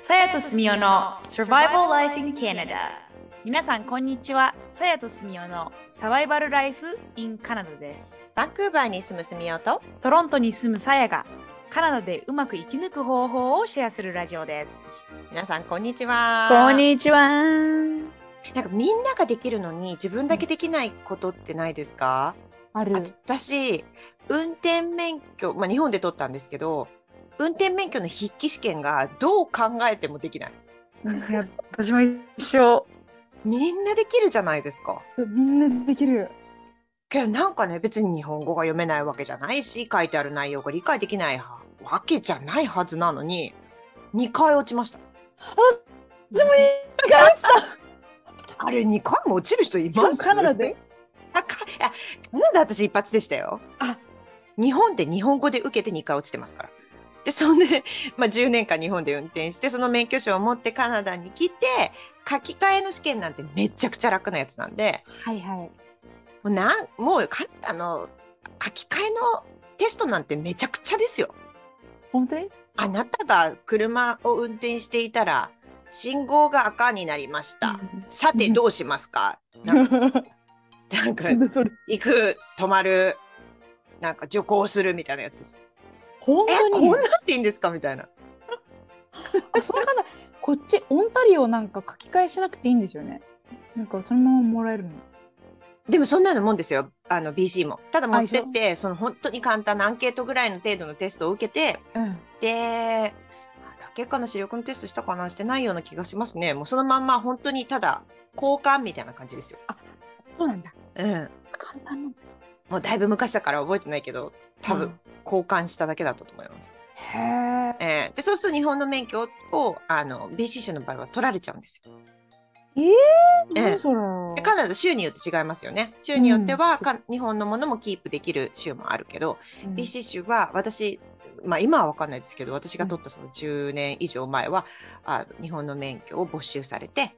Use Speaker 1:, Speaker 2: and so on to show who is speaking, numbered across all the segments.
Speaker 1: さやとすみおの Survival Life in Canada 皆さんこんにちはさやとすみおのサバイバルライフ in カナダです
Speaker 2: バンクーバーに住む住みおと
Speaker 1: トロントに住むさやがカナダでうまく生き抜く方法をシェアするラジオです
Speaker 2: 皆さんこんにちは
Speaker 1: にちは
Speaker 2: なんかみんなができるのに自分だけできないことってないですか、
Speaker 1: あ
Speaker 2: あ私運転免許、まあ、日本で取ったんですけど運転免許の筆記試験がどう考えてもでき ない
Speaker 1: なんかや私も一緒
Speaker 2: みんなできるじゃないですか
Speaker 1: みんなできる
Speaker 2: けどなんかね別に日本語が読めないわけじゃないし書いてある内容が理解できないわけじゃないはずなのに2回落ちました
Speaker 1: 私もい
Speaker 2: あれ2回も落ちる人い
Speaker 1: しか
Speaker 2: ま
Speaker 1: も
Speaker 2: す
Speaker 1: カナダで
Speaker 2: あかあカナダ私一発でしたよ
Speaker 1: あ
Speaker 2: 日本で日本語で受けて2回落ちてますからでそんで、 まあ、10年間日本で運転してその免許証を持ってカナダに来て書き換えの試験なんてめちゃくちゃ楽なやつなんで
Speaker 1: はいはい
Speaker 2: もうなんもうカナダの書き換えのテストなんてめちゃくちゃですよ
Speaker 1: 本当に
Speaker 2: あなたが車を運転していたら信号が赤になりました。さてどうしますか。なんかなん か
Speaker 1: なんでそれ
Speaker 2: 行く止まるなんか徐行するみたいなやつです。
Speaker 1: 本
Speaker 2: え
Speaker 1: 当
Speaker 2: こ
Speaker 1: に
Speaker 2: んなんでいいんですかみたいな。
Speaker 1: あそうかなこっちオンタリオなんか書き換えしなくていいんですよねなんかそのままもらえるの
Speaker 2: でもそんなのもんですよ。あの BC も。ただ持ってってその本当に簡単なアンケートぐらいの程度のテストを受けて
Speaker 1: うん
Speaker 2: で。あだけかな視力のテストしたかなしてないような気がしますね。もうそのまんま本当にただ交換みたいな感じですよ。
Speaker 1: そうなんだ
Speaker 2: うん。
Speaker 1: 簡単なんだ
Speaker 2: もうだいぶ昔だから覚えてないけど多分交換しただけだったと思います。
Speaker 1: へえ
Speaker 2: えーでそうすると日本の免許をあの BC 州の場合は取られちゃうんですよ。ええ
Speaker 1: 何それ
Speaker 2: でカナダ州によって違いますよね。州によっては、か日本のものもキープできる州もあるけど、
Speaker 1: うん
Speaker 2: BC 州は私、まあ、今は分かんないですけど私が取ったその10年以上前は、あ日本の免許を没収されて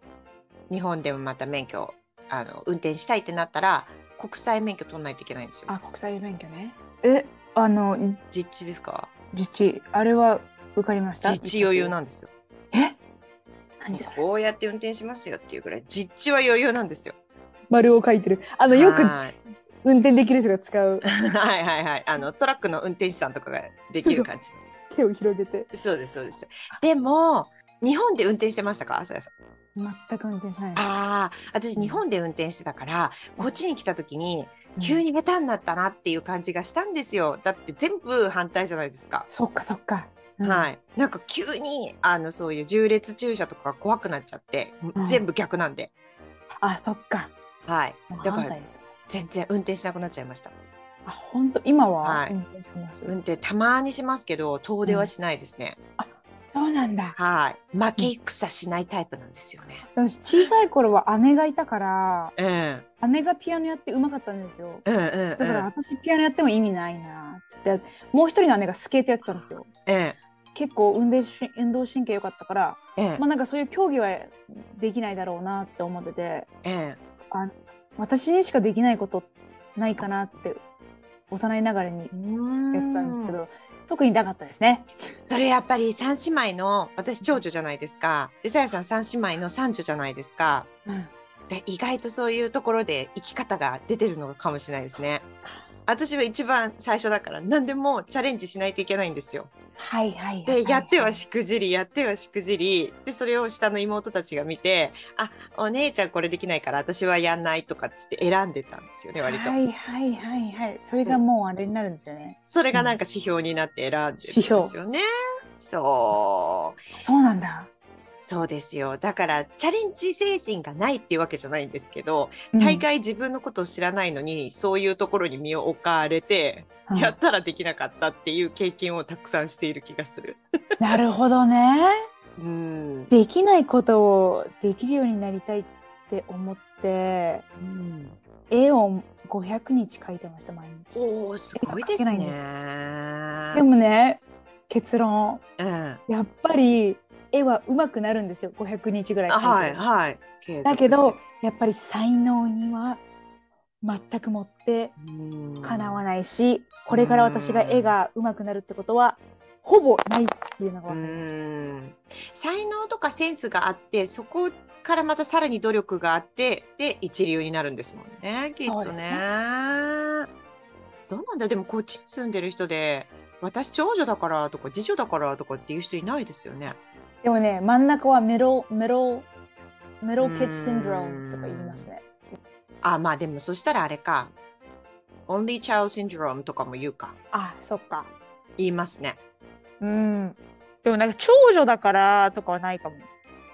Speaker 2: 日本でもまた免許をあの運転したいってなったら国際免許取らないといけないんですよ。
Speaker 1: あ国際免許ねえあの
Speaker 2: 実地ですか
Speaker 1: 自治あれは受かりました
Speaker 2: 実地余裕なんですよ。
Speaker 1: え何それ
Speaker 2: こうやって運転しますよっていうぐらい実地は余裕なんですよ。
Speaker 1: 丸を書いてるあのよく
Speaker 2: はい
Speaker 1: 運転できる人が使う
Speaker 2: はいはいはいあのトラックの運転手さんとかができる感じ。
Speaker 1: 手を広げて
Speaker 2: そうですそうです。でも日本で運転してましたか朝やさん。
Speaker 1: 全く運転しないです
Speaker 2: ああ私日本で運転してたからこっちに来た時に急
Speaker 1: うん
Speaker 2: に下手になったなっていう感じがしたんですよ。だって全部反対じゃないですか。
Speaker 1: そっかそっかい
Speaker 2: はい、なんか急にあのそういう縦列駐車とかが怖くなっちゃって
Speaker 1: うん
Speaker 2: 全部逆なんで、
Speaker 1: あそっか
Speaker 2: はい、だ
Speaker 1: 反対
Speaker 2: から
Speaker 1: ですよ
Speaker 2: 全然運転しなくなっちゃいました。
Speaker 1: あ本当今は
Speaker 2: はい
Speaker 1: 運転してます
Speaker 2: 運転たまにしますけど遠出はしないですね、
Speaker 1: そうなんだ
Speaker 2: はい負け戦しないタイプなんですよね
Speaker 1: 私小さい頃は姉がいたから
Speaker 2: うんうん
Speaker 1: 姉がピアノやって上手かったんですよ
Speaker 2: うんうん
Speaker 1: だから私ピアノやっても意味ないなっつってもう一人の姉がスケートやってたんですよ
Speaker 2: うん
Speaker 1: 結構運動し運動神経良かったから、
Speaker 2: うん
Speaker 1: まあ、なんかそういう競技はできないだろうなって思ってて
Speaker 2: うん
Speaker 1: 私にしかできないことないかなって幼いながらにやってたんですけど特になかったですね。
Speaker 2: それやっぱり三姉妹の私長女じゃないですかでさやさん三姉妹の三女じゃないですか
Speaker 1: うん
Speaker 2: で意外とそういうところで生き方が出てるのかもしれないですね私は一番最初だから何でもチャレンジしないといけないんですよ
Speaker 1: はいはいはい
Speaker 2: でやってはしくじりやってはしくじりでそれを下の妹たちが見て「あお姉ちゃんこれできないから私はやんない」とかっつって選んでたんですよね割と、
Speaker 1: はいはいはいはいそれがもうあれになるんですよね。
Speaker 2: それがなんか指標になって選んでるんですよねそう
Speaker 1: そうなんだ。
Speaker 2: そうですよだからチャレンジ精神がないっていうわけじゃないんですけど
Speaker 1: うん
Speaker 2: 大概自分のことを知らないのに、そういうところに身を置かれて、
Speaker 1: うん
Speaker 2: やったらできなかったっていう経験をたくさんしている気がする
Speaker 1: なるほどね。
Speaker 2: うん、
Speaker 1: できないことをできるようになりたいって思って
Speaker 2: うん
Speaker 1: 絵を500日描いてました毎日。
Speaker 2: おおすごいで
Speaker 1: 絵が描
Speaker 2: す
Speaker 1: けないん
Speaker 2: ね。
Speaker 1: でもね結論
Speaker 2: うん、あ
Speaker 1: やっぱり絵は上手くなるんですよ500日ぐらい描いてる
Speaker 2: はいはい。継続して
Speaker 1: だけどやっぱり才能には全くもって叶わ
Speaker 2: な
Speaker 1: な
Speaker 2: い。
Speaker 1: いしこれから私が絵が上手くなるってことはほぼないっていうのが
Speaker 2: う
Speaker 1: 分かりました。
Speaker 2: ん才能とかセンスがあってそこからまたさらに努力があってで一流になるんですもんねきっ
Speaker 1: そう
Speaker 2: と
Speaker 1: です
Speaker 2: ね
Speaker 1: ね。
Speaker 2: どうなんだでもこっちに住んでる人で私長女だからとか次女だからとかっていう人いないですよね。
Speaker 1: でもね真ん中はメロメロメロキッズシンドロームとか言いますね。
Speaker 2: あまあでもそしたらあれか Only Child Syndrome とかも言うか
Speaker 1: あそっか。
Speaker 2: 言いますね。
Speaker 1: うん。でもなんか長女だからとかはないかも。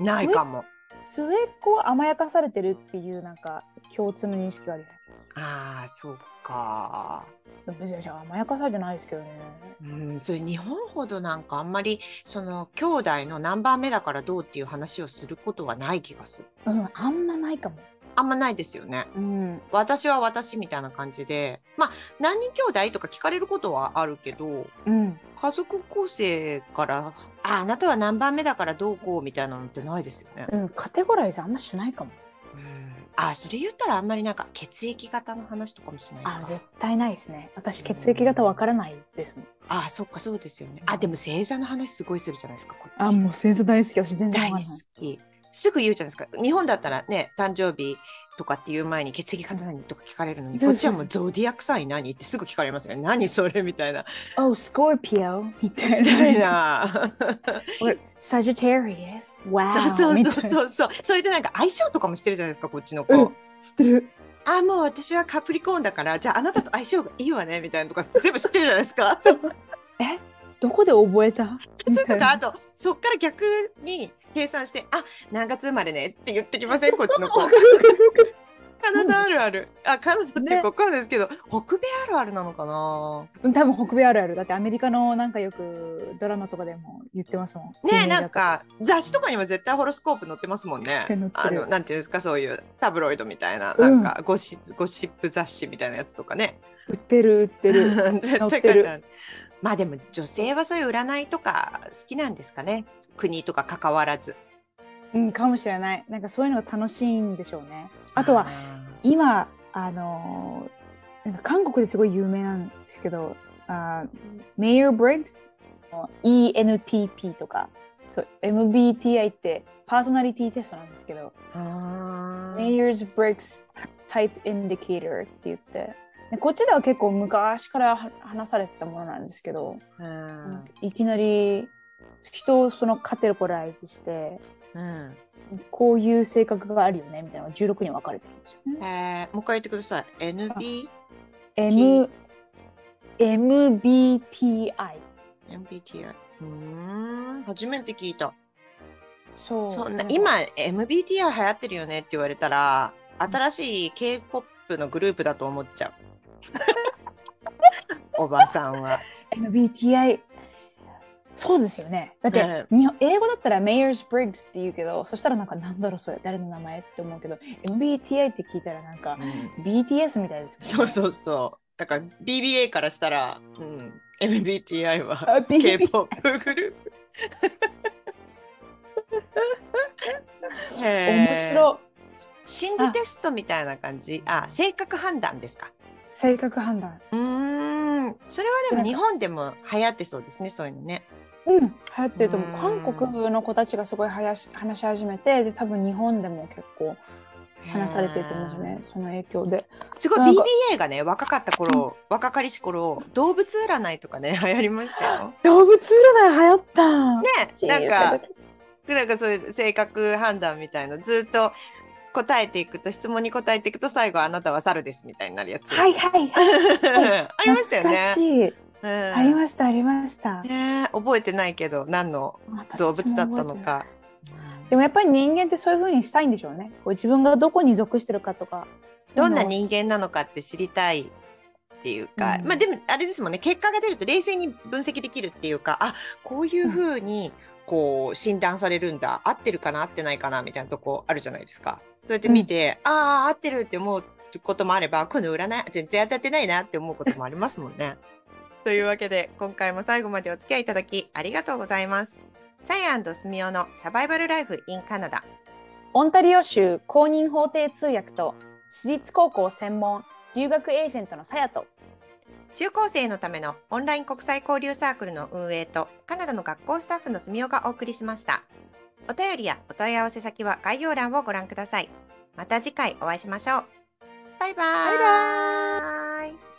Speaker 2: ないかも。
Speaker 1: 末っ子を甘やかされてるっていうなんか共通の認識はあります。
Speaker 2: ああそうか。
Speaker 1: 別にじゃあ甘やかされてないですけどね。
Speaker 2: うん、それ日本ほどなんかあんまりその兄弟の何番目だからどうっていう話をすることはない気がする
Speaker 1: うん、あんまないかも。
Speaker 2: あんまないですよね
Speaker 1: うん。
Speaker 2: 私は私みたいな感じでまあ何人兄弟とか聞かれることはあるけど
Speaker 1: うん。
Speaker 2: 家族構成からああなたは何番目だからどうこうみたいなのってないですよね、
Speaker 1: うん、カテゴライズあんましないかも。
Speaker 2: うん、あそれ言ったらあんまりなんか血液型の話とかもしない
Speaker 1: あ、
Speaker 2: か
Speaker 1: 絶対ないですね。私血液型わからないですもん。
Speaker 2: ああそっかそうですよねあでも星座の話すごいするじゃないですかこっち
Speaker 1: もう星座大好き。私全
Speaker 2: 大
Speaker 1: わ
Speaker 2: 好き。すぐ言うじゃないですか。日本だったらね、誕生日とかっていう前に血液型何とか聞かれるのに、
Speaker 1: そう
Speaker 2: こ
Speaker 1: そう
Speaker 2: っちはもうゾディアックサイン何ってすぐ聞かれますよね。何それみた いな。
Speaker 1: Oh, Scorpio みたい
Speaker 2: みたい
Speaker 1: な。
Speaker 2: な。
Speaker 1: Or Sagittarius. Wow.
Speaker 2: そうそうそ
Speaker 1: う。
Speaker 2: うそうそう。それでなんか相性とかもしてるじゃないですか、こっちの子。
Speaker 1: 知ってる。
Speaker 2: あ、もう私はカプリコーンだから、じゃああなたと相性がいいわね、みたいなとか全部知ってるじゃないですか。
Speaker 1: え、どこで覚えた？み
Speaker 2: それ
Speaker 1: たい
Speaker 2: とか、あ
Speaker 1: な。
Speaker 2: と、そっから逆に計算して、あ、何月生まれねって言ってきません、こっちの子
Speaker 1: わ。かるわかる
Speaker 2: カナダあるある。あ、カナダって
Speaker 1: ね
Speaker 2: こっからですけど、北米あるあるなのかな。
Speaker 1: うん多分北米あるあるだってアメリカのなんかよくドラマとかでも言ってますもん
Speaker 2: ねえ、
Speaker 1: 有名だ
Speaker 2: なんか雑誌とかにも絶対ホロスコープ載ってますもんね
Speaker 1: 載ってる。
Speaker 2: あの、なんていうんですか、そういうタブロイドみたいな、な
Speaker 1: うん
Speaker 2: んかゴシ、ゴシップ雑誌みたいなやつとかね。
Speaker 1: 売ってる売ってる 載
Speaker 2: 絶対書
Speaker 1: っ
Speaker 2: いて
Speaker 1: て
Speaker 2: あ
Speaker 1: る
Speaker 2: る。まあでも女性はそういう占いとか好きなんですかね。国とか関わらず。
Speaker 1: うんかもしれないなんかそういうのが楽しいんでしょうねあとは今あのーなんか韓国ですごい有名なんですけどあメイ r ブリックス ENTP とかそう MBTI ってパーソナリティテストなんですけど
Speaker 2: あー、
Speaker 1: メイ r ブリックスタイプインディケーターって言ってでこっちでは結構昔からは話されてたものなんですけど、
Speaker 2: うん
Speaker 1: いきなり人をそのカテゴライズして
Speaker 2: うん
Speaker 1: こういう性格があるよねみたいなのが16に分かれてるんですよね。
Speaker 2: えー、もう一回言ってください。NB、
Speaker 1: M MBTI
Speaker 2: MBTI。うーん、初めて聞いた。
Speaker 1: そう
Speaker 2: そんな今 MBTI 流行ってるよねって言われたら新しい K-POP のグループだと思っ ちゃうおばさんは
Speaker 1: MBTI そうですよねだって、
Speaker 2: ね
Speaker 1: 日本英語だったら Mayers-Briggs って言うけどそしたらなんかなんだろうそれ誰の名前って思うけど MBTI って聞いたらなんか BTS みたいですもんね
Speaker 2: そうそうそうだから BBA からしたら、うん、MBTI は
Speaker 1: あ B-
Speaker 2: K-POP グル ープ
Speaker 1: 面
Speaker 2: へー
Speaker 1: 白
Speaker 2: 心理テストみたいな感じあ性格判断ですか
Speaker 1: い性格判断
Speaker 2: うーんそれはでも日本でも流行ってそうですねそういうのね
Speaker 1: うん、流行ってると思
Speaker 2: うん
Speaker 1: う。韓国の子たちがすごいはやし話し始めて、で多分日本でも結構話されてると思うんですよね、その影響で。
Speaker 2: すごい
Speaker 1: なんか
Speaker 2: BBA がね若かった頃若かりし頃動物占いとかね流行りました よ。
Speaker 1: 動物占い流行った。
Speaker 2: ねなんかなんかそういう性格判断みたいなずっと答えていくと質問に答えていくと最後あなたは猿ですみたいになるやつ。
Speaker 1: はいはいはい。
Speaker 2: ありましたよ
Speaker 1: 懐か
Speaker 2: ね。
Speaker 1: しい。
Speaker 2: うん
Speaker 1: ありましたありました。
Speaker 2: ね覚えてないけど何の動物だった
Speaker 1: 私
Speaker 2: の
Speaker 1: も覚えてない。
Speaker 2: か。
Speaker 1: でもやっぱり人間ってそういう風にしたいんでしょうね。こう自分がどこに属してるかとか。
Speaker 2: どんな人間なのかって知りたいっていうか、
Speaker 1: うん
Speaker 2: まあでもあれですもんね結果が出ると冷静に分析できるっていうかあこういうふうにこう診断されるんだ合ってるかな合ってないかなみたいなとこあるじゃないですかそうやって見て、ああ合ってるって思うこともあればこの占い全然当たってないなって思うこともありますもんね。 というわけで今回も最後までお付き合いいただきありがとうございます。サイアンドスミオのサバイバルライフインカナダ
Speaker 1: オンタリオ州公認法廷通訳と私立高校専門留学エージェントのさやと
Speaker 2: 中高生のためのオンライン国際交流サークルの運営とカナダの学校スタッフの住みがお送りしました。お便りやお問い合わせ先は概要欄をご覧ください。また次回お会いしましょう。バイバーイ。
Speaker 1: バイ
Speaker 2: バイバーイ